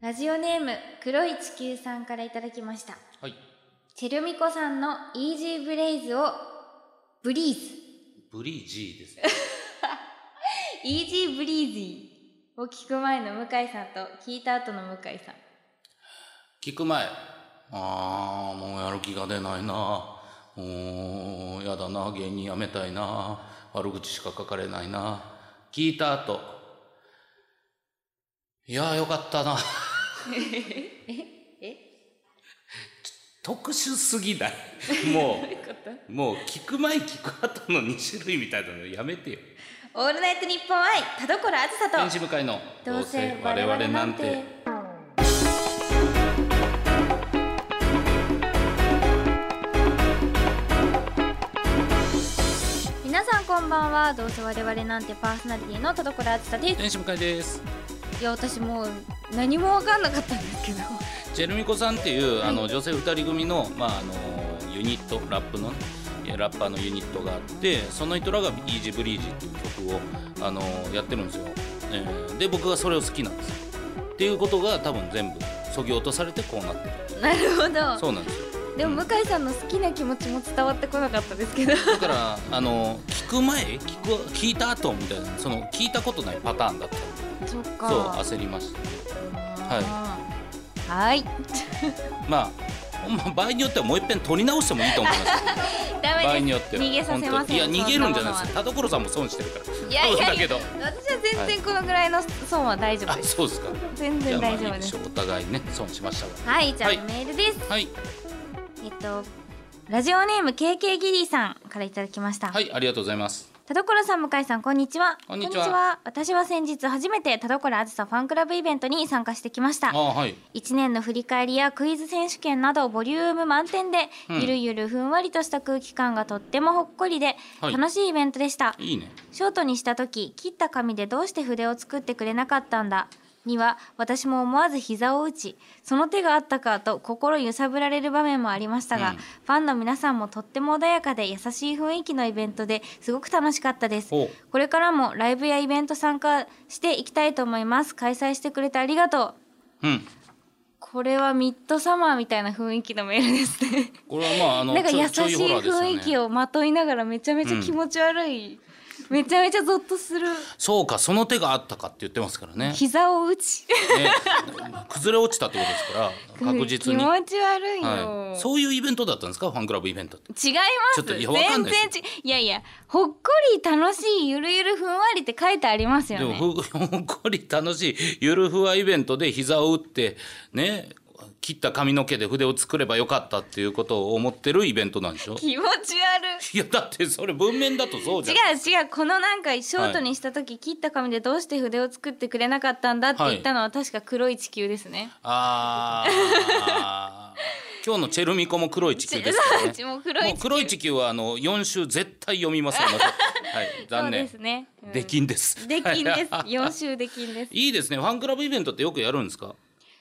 ラジオネーム黒い地球さんからいただきましたはい。チェルミコさんのイージーブレイズをブリーズブリージーですね。イージーブリーズーを聞く前の向井さんと聞いた後の向井さん聞く前。あー、もうやる気が出ないな。うーん、やだな。芸人辞めたいな。悪口しか書かれないな。聞いた後。いやーよかったな。え特殊すぎない。もどういうことう、もう聞く前聞く後の2種類みたいなのやめてよ。オールナイトニッポン愛田所あず天さと使向かいの。どうせ我々なんて皆さんこんばんはどうせ我々なんてパーソナリティの田所あずさです天使向かいです。いや私もう何も分かんなかったんですけ どジェルミコさんっていう、はいあの女性2人組の,、まあ、あのユニットラップのねえラッパーのユニットがあってその人らが「イージーブリージー」っていう曲をあのやってるんですよ、えーで僕がそれを好きなんですよっていうことが多分全部そぎ落とされてこうなってるなるほどそうなんですよでも向井さんの好きな気持ちも伝わってこなかったですけどだからあの聞く前聞く聞いた後みたいなその聞いたことないパターンだっそったそう焦りましたはいはいまあほんま場合によってはもう一遍撮り直してもいいと思いますダメです場合によっては逃げさせません本当にいや逃げるんじゃないそですな田所さんも損してるからものはいやいそうやだいけやど私は全然このぐらいの損は大丈夫あです、そうですか全じ然ゃあまあ大い丈い夫ででしすょうお互いね損しましたがはいじゃあ、はいメールですはいえっとラジオネーム KK ギリーさんからいただきました、はいありがとうございます田所さん向井さんこんにちはこんにちは私は先日初めて田所あずさファンクラブイベントに参加してきましたあはい1年の振り返りやクイズ選手権などボリューム満点で、うんゆるゆるふんわりとした空気感がとってもほっこりで、はい楽しいイベントでしたいいねショートにした時切った紙でどうして筆を作ってくれなかったんだには私も思わず膝を打ちその手があったかと心揺さぶられる場面もありましたが、うんファンの皆さんもとっても穏やかで優しい雰囲気のイベントですごく楽しかったですほこれからもライブやイベント参加していきたいと思います開催してくれてありがとうううんこれはミッドサマーみたいな雰囲気のメールですねこれはまああのなんかちょ優いしちょいいホラーですよね雰囲気をまといながらめちゃめちゃ気持ち悪い、めちゃめちゃゾッとするそうかその手があったかって言ってますからね 膝を打ちね崩れ落ちたってことで すから 確実気に持ち悪いよ、はいそういうイベントだったんですかファンクラブイベントって違いますちょっといやわかんないです全然ちいやいやほっこり楽しいゆるゆるふんわりって書いてありますよでもねふ ほっこり楽しいゆるふわイベントで膝を打ってね切った髪の毛で筆を作ればよかったっていうことを思ってるイベントなんでしょ気持ち悪いいやだってそれ文面だとそうじ違ゃんう違うこのなんかショートにした時、切った紙でどうして筆を作ってくれなかったんだって言ったのは確か黒い地球ですね、ああ 今日のチェルミコも黒い地球ですからねちもう 黒い地球もう黒い地球はあの4週絶対読みますよ またはい残そう念ですね、うんできんです。できんです はい四週できんです。いいですねファンクラブイベントってよくやるんですか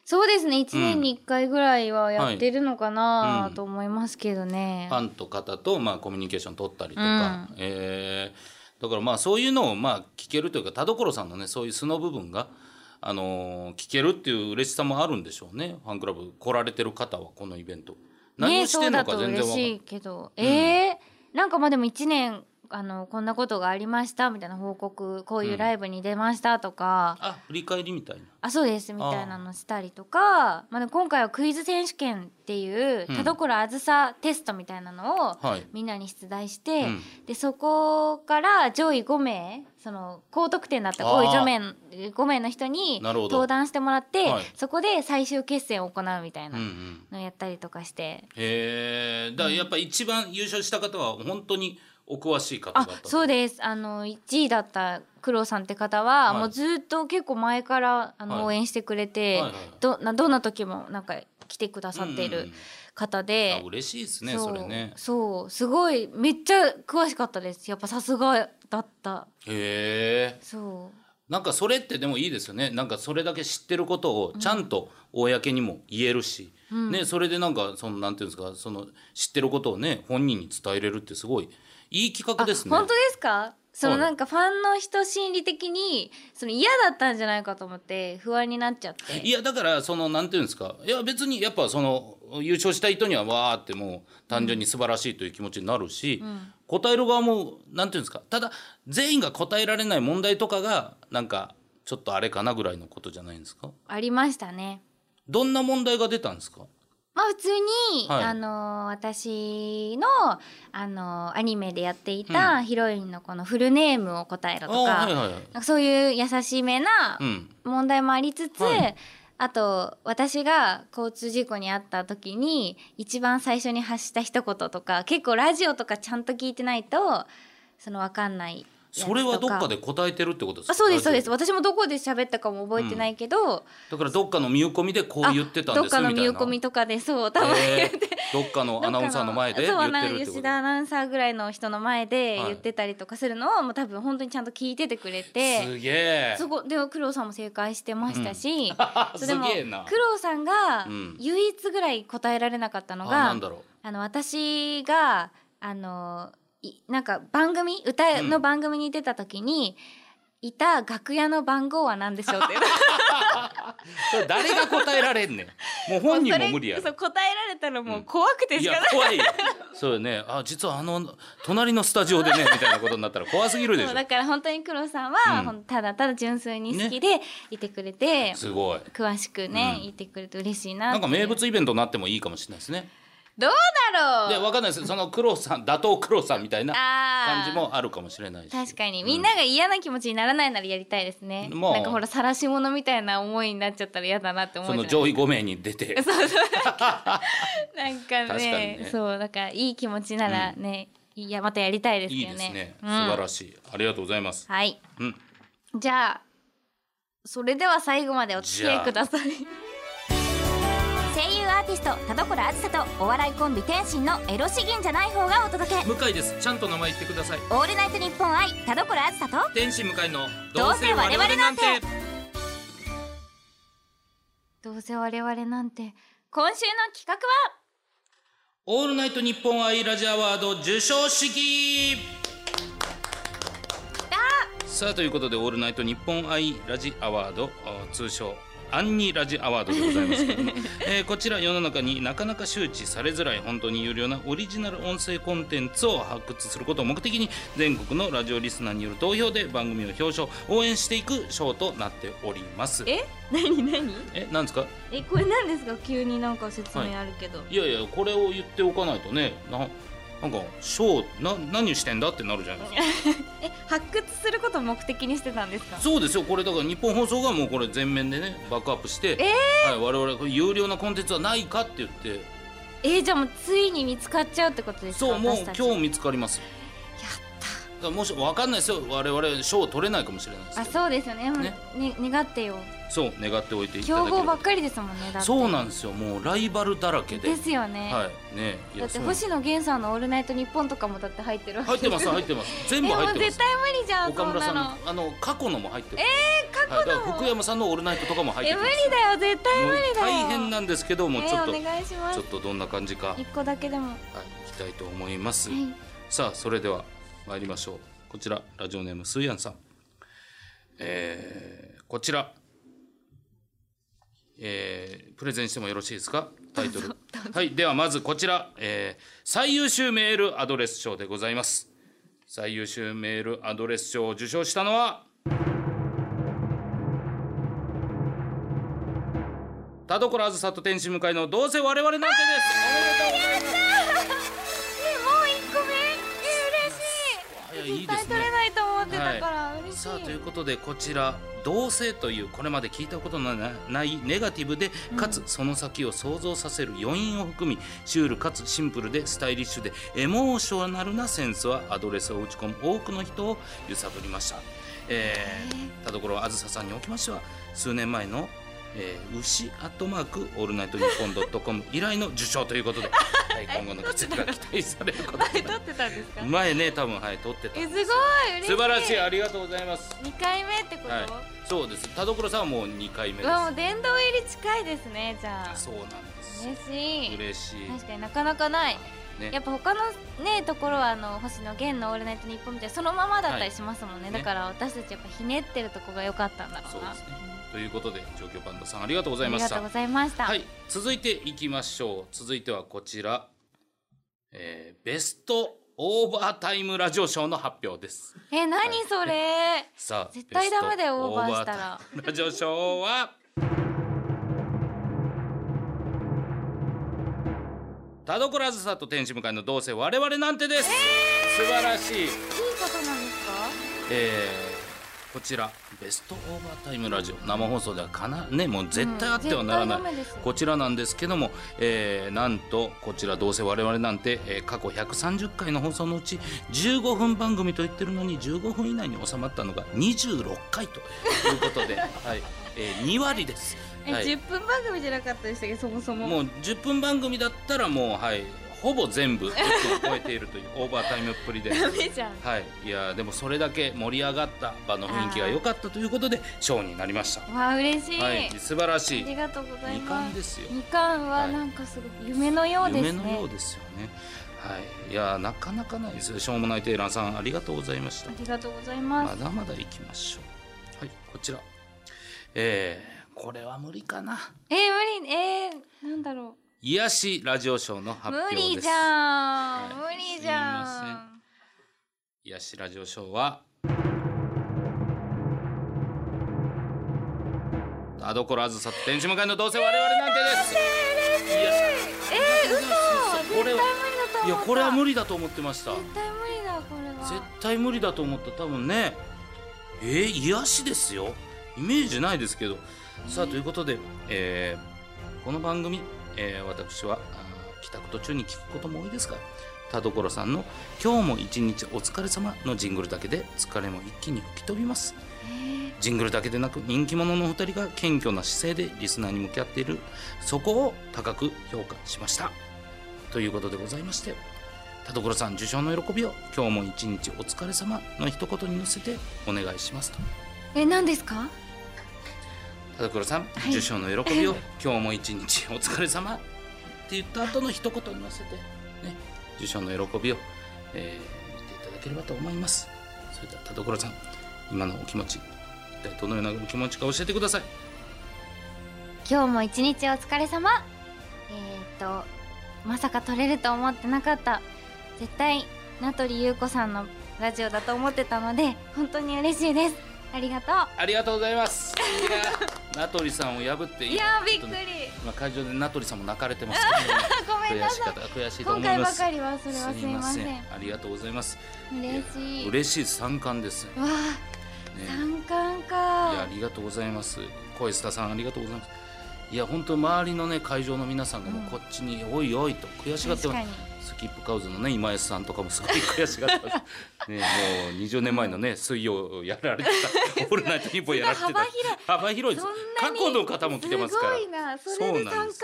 そうですね。一年に一回ぐらいはやってるのかはいなうんと思いますけどねフ。ァンと方とまあコミュニケーション取ったりとか、えーだからまあそういうのをまあ聞けるというか田所さんのねそういう素の部分が、あのー聞けるっていう嬉しさもあるんでしょうねファンクラブ来られてる方はこのイベント何をね、しそてうんのだかと全然嬉わかんない、しいけど、えー、なんかまあでも一年あのこんなことがありましたみたいな報告、こういうライブに出ましたとか。あ振り返りみたいなあそうですみたいなのしたりとかまあ、でも今回はクイズ選手権っていううん田所あずさテストみたいなのをはいみんなに出題して、うんでそこから上位5名その高得点だった上位あー5名の5名の人になるほど登壇してもらって、はいそこで最終決戦を行うみたいうんなうんのをやったりとかして、へえだからやっぱ一番優勝した方は本当にお詳しい方だあったとそうですあの1位だった九郎さんって方は、はいもうずっと結構前からあの、はい応援してくれて、はいはいどなどんな時もなんか来てくださっていうんうるんうん方あで、嬉しいですねそうれねそうすごいめっちゃ詳しかったですやっぱさすがだったへえそなんかそれってでもいいですよねなんかそれだけ知ってることをちゃんと公にも言えるし、ね、それでなんかそのなんていうんですかその知ってることをね本人に伝えれるってすごいいい企画うですねあ本当ですかそのなんかファンの人心理的にその嫌だったんじゃないかと思って不安になっちゃっていやだからそのなんていうんですかいや別にやっぱその優勝した人にはわーってもう単純に素晴らしいという気持ちになるし、答える側もなんていうんですかただ全員が答えられない問題とかがなんかちょっとあれかなぐらいのことじゃないんですかありましたね。どんな問題が出たんですかまあ普通に、はいあのー私の、あのーアニメでやっていたヒロインのこのフルネームを答えろあとーか,、はいはいはいなんかそういう優しめなうん問題もありつつ、はいあと私が交通事故に遭った時に一番最初に発した一言とか結構ラジオとかちゃんと聞いてないとその分かんないやつとかそれはどっかで答えてるってことですかあそうですそうですラジ私もどこで喋ったかも覚えてないけど、オだからどっかの見込みでこう言ってたんですどっかの見込みみとかでそうたたいまなにえーどっかのアナウンサーの前で言そうってるってこ吉と田アナウンサーぐらいの人の前ではい言ってたりとかするのを、もう多分本当にちゃんと聞いててくれてすげえそこで苦労さんも正解してましたし、 それすでもげえな苦労さんがうん唯一ぐらい答えられなかったのあが、なんだろあの私があのいなんか番組歌の番組に出た時に、いた楽屋の番号は何でしょうっていううそれ誰が答えられんねんもう 本人も無理や それろそう答えられたらもう怖くていしかやない、怖いそうよねあ実はあの隣のスタジオでねみたいなことになったら怖すぎるでしそうょだから本当に黒さんうは、んほんただただ純粋に好きでいてくれて、すごい詳しくね、うん言ってくれて嬉しいななってんか名物イベントになってもいいかもしれないですねどうだでろうわかんないですその黒さん打倒黒さんみたいなあー感じもあるかもしれないし確かにみんなが嫌な気持ちにならないならやりたいですね、まあなんかほら晒し者みたいな思いになっちゃったら嫌だなって思そうじゃのない上位5名に 出てなんかね確かにねそうだからいい気持ちならね、いやまたやりたいですいいよねですね素うん晴らしいありがとうございますはいうんじゃあそれでは最後までお付き合いください声優アーティスト田所あずさとお笑いコンビ天心のエロ資源じゃない方がお届け向井ですちゃんと名前言ってくださいオールナイトニッポン愛田所あずさと天使向井のどうせ我々なんてどうせ我々なんて今週の企画はオールナイトニッポンアイラジアワード授賞式さあということでオールナイトニッポンアイラジアワードあー通称アンニラジアワードでございますけれども、えーこちら世の中になかなか周知されづらい本当に有料なオリジナル音声コンテンツを発掘することを目的に全国のラジオリスナーによる投票で番組を表彰応援していく賞となっておりますえ何何えなんですかえこれ何ですか急になんか説はい明あるけど、いやいやこれを言っておかないとねななんかショーな何してんだってなるじゃないですかえ発掘することを目的にしてたんですかそうですよこれだから日本放送がもうこれ全面でねバックアップして、はい、我々これ有料なコンテンツはないかって言ってえー、じゃあもうついに見つかっちゃうってことですかそうもう私たち今日見つかりますやだからもし分かんないですよ我々賞取れないかもしれないですあけどそうですよねねね願ってよそう願っておいていただ競けれ合ばっばかりですもんねだってそうなんですよもうライバルだらけでですよね、はいねいだやってそうなんです星野源さんの「オールナイトニッポン」とかもだって入ってるわけ入ってます入ってます全 部え入もっうてま絶す対無理じゃんそ岡ん村なさんののあの過去のも入ってますえー、過はい、去だからの、福山さんの「オールナイト」とかも入っえて無く理るだよ絶対無理だよ大変なんですけどもちょっと、えー、お願いしまちすょっとどんな感じか、はい、一個だけでも、はいきたいと思います、さあそれでは参りましょうこちらラジオネームスーヤンさんえーこちらえープレゼンしてもよろしいですかタイトルはいではまずこちら、えー最優秀メールアドレス賞でございます最優秀メールアドレス賞を受賞したのは田所あずさと天使向かいのどうせ我々なんてですおめでとうございますやったーえもう一個目え嬉しいやいいいですね絶対取れないと思ってたから、嬉しいさあということでこちら「同性」というこれまで聞いたことのなないネガティブでかつその先を想像させる余韻を含みシュールかつシンプルでスタイリッシュでエモーショナルなセンスはアドレスを打ち込む多くの人を揺さぶりました、えー田所あずささんにおきましては数年前の「えー、牛アットマークオールナイトニッポンドットコ ム」以来の受賞ということで、はい、今後の活躍が期待され ること前取ってたんですか前ね多分はい撮ってたえすんごいですよ嬉しい素晴らしいありがとうございます二回目ってこと、はい、そうです。田所さんはもう2回目でうす。わもう殿堂入り近いですねじゃあそうなんです。嬉しい嬉しい。確かになかなかないねやっぱ他のねところはあの星野源の「オールナイトニッポン」みたいなそのままだったりしますもんね、いねだから私たちやっぱひねってるとこが良かったんだろうなそうですねということで状況バンドさんありがとうござあいりまがしとうたございました、はい、続いていきましょう。続いてはこちら、えーベストオーバータイムラジオショーの発表です。え何それ、さあ、絶対ダメだよベストオーバーしたらオーバータイムラジオショーは。田所あずさと天使向かいのどうせ我々なんてです、素晴らしい、いいことなんですかえーこちらベストオーバータイムラジオ生放送ではかなねもう絶対あってはならない、うん絶対ダメですよこちらなんですけども、えーなんとこちらどうせ我々なんて、えー過去130回の放送のうち15分番組と言ってるのに15分以内に収まったのが26回ということで、はいえ ー、2割です。え、はい10分番組じゃなかったでしたっけどそもそも もう10分番組だったらもうはいほぼ全部10分を超えているというオーバータイムっぷりで。ダメじゃんはい、いやーでもそれだけ盛り上がった場の雰囲気が良かったということで賞になりました。わあ嬉しい、はい、素晴らしありい。がとうござい二ま冠すですよ。二冠ははいなんかすごく夢のようですね、夢のようですよね。はい、いやーなかなかないですよ。しょうもないテイランさんありがとうございましたあ。りがとうございます、まだまだ行きましょう。はい、こちら。えー、これは無理かな。えー、無理えー、なんだろ癒しラジオショーのう発無表です。理じゃん、はい無理じゃすいんま癒しラジオショーは田所あずさと天使向かいのどうせ我々なんてです、いやえー、嘘こ絶対無れ理はだと思ったいやこれは無理だと思ってました絶対無理だこれは絶対無理だと思った多分ねえー、癒しですよイメージないですけどさあということで、えーこの番組、えー私はあー帰宅途中に聞くことも多いですが田所さんの「今日も一日お疲れ様のジングルだけで疲れも一気に吹き飛びますジングルだけでなく人気者のお二人が謙虚な姿勢でリスナーに向き合っているそこを高く評価しましたということでございまして田所さん受賞の喜びを「今日も一日お疲れ様の一言に乗せてお願いしますとえ何ですか田所さん、はい受賞の喜びを「今日も一日お疲れ様って言った後の一言に乗せて、ね、受賞の喜びを、えー言っていただければと思いますそれでは田所さん今のお気持ち一体どのようなお気持ちか教えてください今日も一日お疲れ様えー、っとまさか撮れると思ってなかった絶対名取裕子さんのラジオだと思ってたので本当に嬉しいですありがとありがとうございます。いやー、名取さんを破って。ういやーびっちくょとねりまあ、会場で名取さんも泣かれてます あごけめんど、ね、な悔しかさっいた、悔しいと今思い回まばす。かりはそれはすすいいまませんせん。ありがとうございます。嬉しいわ嬉しい三冠です。ね。あ三冠いや、あかりがとうございます。小石田さん、ありがとうございます。いや、本当周りのね、会場の皆さんがもうこっちに、おいおいと悔しがって確まかす。にスキップカウズのね、今江さんとか もすごい悔しがってます。ね、もう20年前のね、水曜やられてた。オールナイトニッポンやられてた。幅広い幅広いですそんなに。過去の方も来てますから。ごいなそれで三そうなん冠です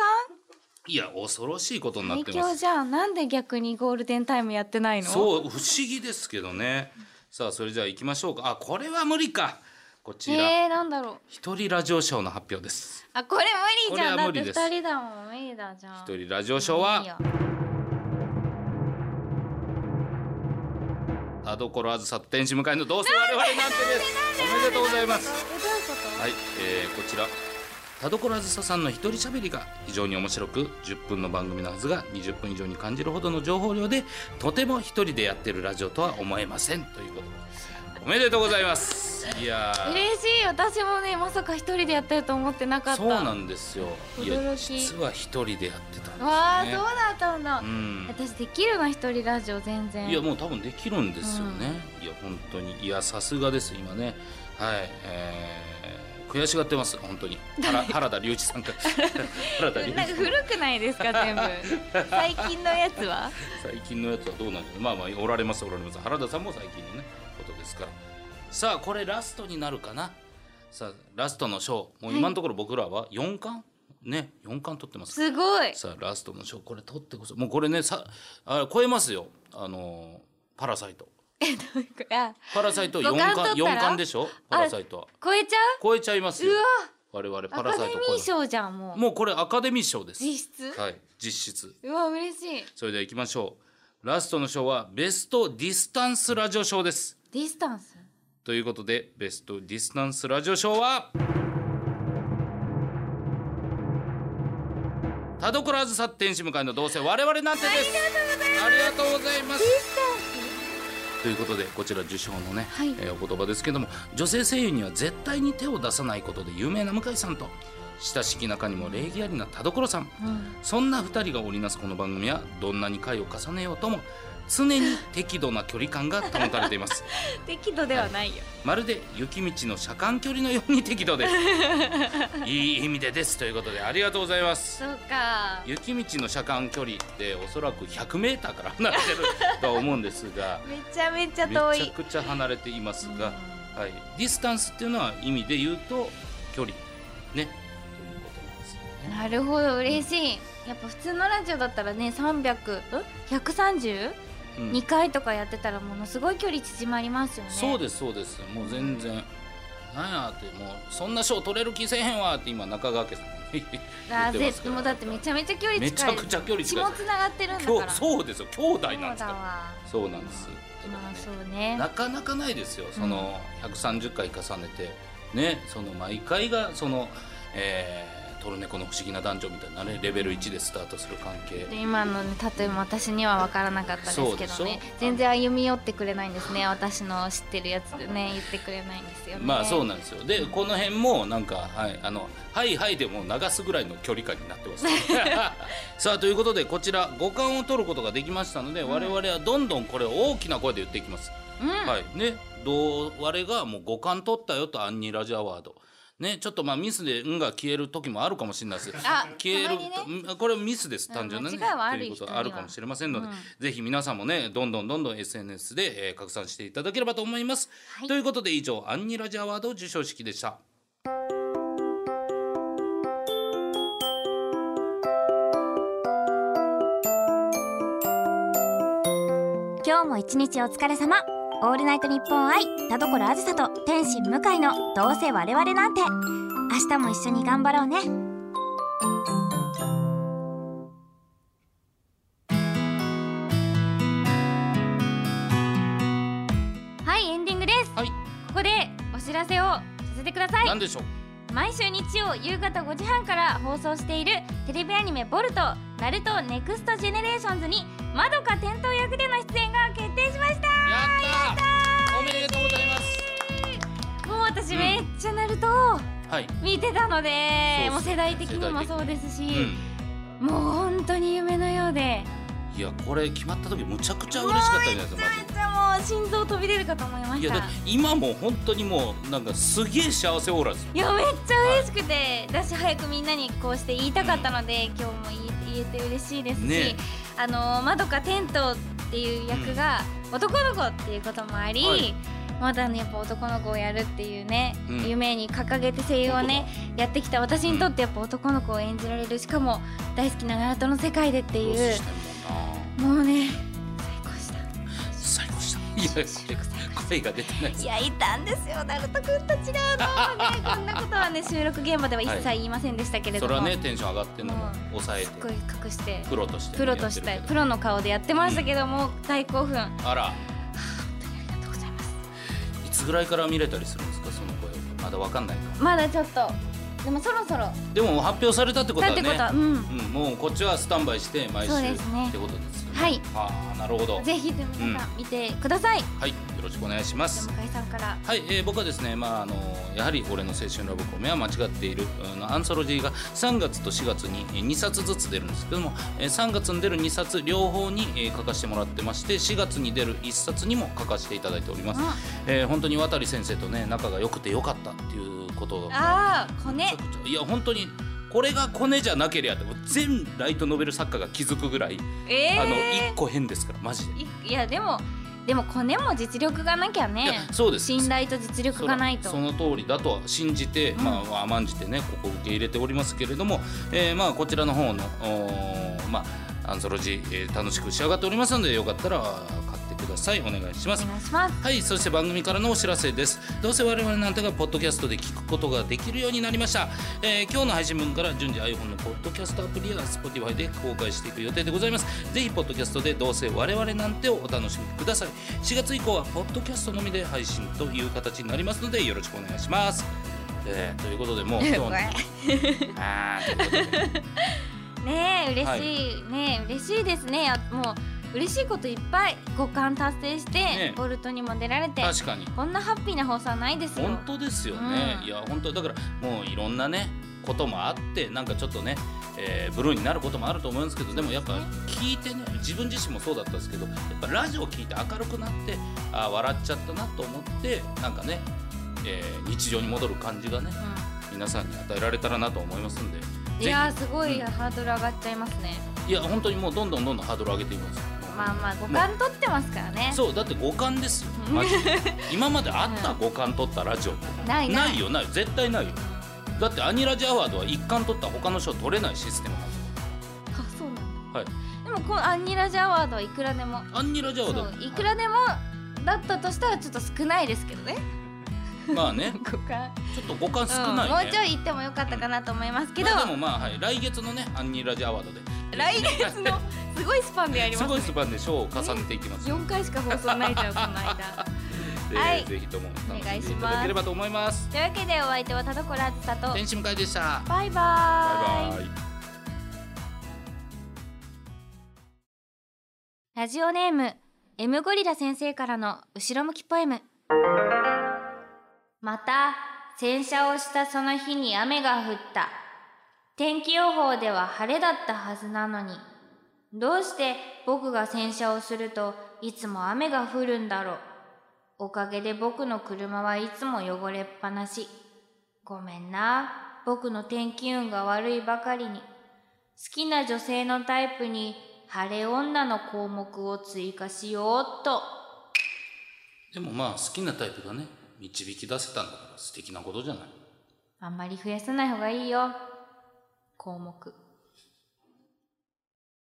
いや恐ろしいことになっ最てま強す。じゃんなんで逆にゴールデンタイムやってないのそう不思議ですけどね。さあそれじゃあ行きましょうか。あこれは無理か。こちらえー、なんだろう一人ラジオショーの発表です。あこれ無理じゃんこれはだっ無て二理です人だもん無理だじゃん一人ラジオショーはいいよ田所あずさと天使向かいのどうせ我々なんてです。おめでとうございます。えどういうこと、はい、えーこちら田所あずささんの一人喋りが非常に面白く10分の番組のはずが20分以上に感じるほどの情報量でとても一人でやってるラジオとは思えませんということでおめでとうございますいやー嬉しい私もねまさか一人でやってると思ってなかったそうなわんですよい驚やき実は一人でやってたんですよねあ、そうだったんだ、うん私できるな一人ラジオ全然いやもう多分できるんですよね、いや本当にいやさすがです今ねはい、えー悔しがってます本当に原原田龍一さんから 原田龍一なんか古くないですか 全部最近のやつは最近のやつはどうなんだろうまあまあおられますおられます原田さんも最近のねことですからさあこれラストになるかなさあラストの賞もう今のところ僕らは4冠、ね4冠取ってますすご いさあラストの賞これ取ってこそもうこれねさあ超えますよあのーパラサイトえどういうことあパラサイト五4冠冠取ったら4冠でしょパラサイトは超えちゃう超えちゃいますうよわ我々アパラカデサイミトー賞じゃんもうもうこれアカデミー賞です実質、はい実質うわ嬉しいそれでは行きましょうラストの賞はベストディスタンスラジオ賞ですディスタンスということでベストディスタンスラジオ賞は田所あずさ天使向かいのどうせ我々なんてですありがとうございますということでこちら受賞のね、はいえーお言葉ですけども女性声優には絶対に手を出さないことで有名な向井さんと親しき中にも礼儀ありな田所さんうんそんな2人が織りなすこの番組はどんなに回を重ねようとも常に適度な距離感が保たれています 適度ではないよ、まるで雪道の車間距離のように適度です いい意味でですということでありがとうございますそうか雪道の車間距離っておそらく 100m から離れてるとは思うんですがめちゃめちゃめち ゃ遠いくちゃ離れていますが、うはい、ディスタンスっていうのは意味で言うと距離ねということなんですよんねなるほど嬉しいやっぱ普通のラジオだったらね300132、うん回とかやってたらものすごい距離縮まりますよねそうですそうですもう全然なんやってもうそんな賞取れる気せえへんわって今中川家さんがねあ言ってますぜからもうだってめちゃめちゃ距離近いめちゃくちゃ距離血近いもつながってるんだ今から日そうですよ兄弟なんですそうだかわらそうなんですまあそだかうらねねなかなかないですよその130回重ねてねその毎回がそのえートルネコの不思議な男女みたいなねレベル1でスタートする関係で今のね例えも私には分からなかったですけそどうでしねょ全然歩み寄ってくれないんですね私の知ってるやつでね言ってくれないんですよねまあそうなんですよでこの辺もなんか「はいあのはいはい」でもう流すぐらいの距離感になってます さあということでこちら五感を取ることができましたので、ん我々はどんどんこれを大きな声で言っていきます、うん、はいねどう我がもう五感取ったよとアンニラジアワードねちょっとまあミスで「ん」が消える時もあるかもしれないです あ消える、たまうんこれはミスですうん単純なね、間違いはあるというこ人とにがはあるかもしれませんので、うんぜひ皆さんもねどんどんどんどん SNS で、えー拡散していただければと思います、はいということで以上アンニラジアワード授賞式でした今日も一日お疲れ様オールナイトニッポン愛田所あずさと天心向井のどうせ我々なんて明日も一緒に頑張ろうねはいエンディングです、はいここでお知らせをさせてください何でしょう毎週日曜夕方5時半から放送しているテレビアニメ「ボルトナルトネクストジェネレーションズにまどか店頭役での出演が決定しましたやったーおめでとうございますもう私うんめっちゃナルトはい、見てたので、そうもっうす世ね代的にも世代的にそうですうし、ん、もう本当に夢のようでいやこれ決まった時むちゃくちゃ嬉しかったじゃないですかマジでじゃあもう心臓飛び出るかと思いまいしやただいっやて今も本当にもうなんかすげえ幸せオーラですめっちゃ嬉しくてだし早くみんなにこうして言いたかったので、今日も言え言えて嬉しいですし、ねあのまどか天童っていう役が男の子っていうこともあり、はいまだねやっぱ男の子をやるっていうね、うん夢に掲げて声優をねやってきた私にとってやっぱ男の子を演じられるしかも大好きなナルトの世界でってロいスうしてんもんなもうね最高した最高でしたいや声が出てないですいやいたんですよナルトくんたちがどうもねこんなことはね収録現場では一切言いませんでしたけれそどれも、はねテンション上がってんのも抑えすっごいて隠してプロとしてプロとしてやってプるロの顔でやってましたけども、大興奮けどあらありがとうございますいつぐらいから見れたりするんですかその声まだわかんないかまだちょっとでもそろそろでも発表されたってことだはってねことは、うんうん、もうこっちはスタンバイして毎週そうですねってことですよねはいああなるほどぜひでも皆さん見てください、はいよろしくお願いしまじすゃあ向井さんからはい、えー僕はですね、まあ、あのやはり俺の青春ラブコメは間違っているあのアンソロジーが3月と4月に2冊ずつ出るんですけども、えー3月に出る2冊両方に、えー書かせてもらってまして4月に出る1冊にも書かせていただいております、えー本当に渡先生とね仲が良くてよかったっていうことをああめ骨ちゃくちゃいや本当にこれがコネじゃなけりゃってもう全ライトノベル作家が気づくぐらい、ええー、あの1個変ですからマジで。いいやでもでもコネも実力がなきゃいねやそうです信頼と実力がないとそらその通りだとは信じて、うんまあ甘んじてねここ受け入れておりますけれども、えーまあこちらの方のおーまあアンソロジー、えー楽しく仕上がっておりますのでよかったら買ってくくださいお願いしますお願いしますはいそして番組からのお知らせですどうせ我々なんてがポッドキャストで聞くことができるようになりました、えー今日の配信分から順次 iPhone のポッドキャストアプリや Spotify で公開していく予定でございますぜひポッドキャストでどうせ我々なんてをお楽しみください4月以降はポッドキャストのみで配信という形になりますのでよろしくお願いします、えーということでもう 今日のあーということでねえ嬉しい、ねえ嬉しいですねもう嬉しいこといっぱい五冠達成して、ねえボルトにも出られて確かにこんなハッピーな放送はないですよ本当ですよね、うんいや本当だからもういろんなねこともあってなんかちょっとね、えーブルーになることもあると思うんですけどでもやっぱ聞いてね自分自身もそうだったんですけどやっぱラジオ聞いて明るくなってあー笑っちゃったなと思ってなんかね、えー日常に戻る感じがね皆さんに与えられたらなと思いますんでうんひいやーすごいうんハードル上がっちゃいますね、いや本当にもうどんどんどんどんハードル上げていきますまあまあ五冠取ってますからねそうだって五感ですよマジで 今まであった五感取ったラジオってないないないよないよ絶対ないよだってアニラジアワードは一冠取った他の賞取れないシステムなんですあそうなんだ、はいでもこのアンニラジアワードはいくらでもアニラジアワードそういくらでもだったとしたらちょっと少ないですけどねまあね五冠ちょっと五冠少うん、もなういねち、ょい行ってもよかったかなと思いますけど、まあでもまあ、はい、来月のねアニラジアワードで来月のすごいスパンでやりすまごいすスパンで賞を重ねていきますの四回しか放送ないじゃんこの間で、はいぜひとも楽しんでいただければと思いますというわけでお相手は田所あずさとバイ天使向かいでしたバイバイバイラジオネーム M ゴリラ先生からの後ろ向きポエムまた洗車をしたその日に雨が降った天気予報では晴れだったはずなのにどうして僕が洗車をするといつも雨が降るんだろうおかげで僕の車はいつも汚れっぱなしごめんな僕の天気運が悪いばかりに好きな女性のタイプに晴れ女の項目を追加しようっとでもまあ好きなタイプがね導き出せたんだから素敵なことじゃないあんまり増やさない方がいいよ項目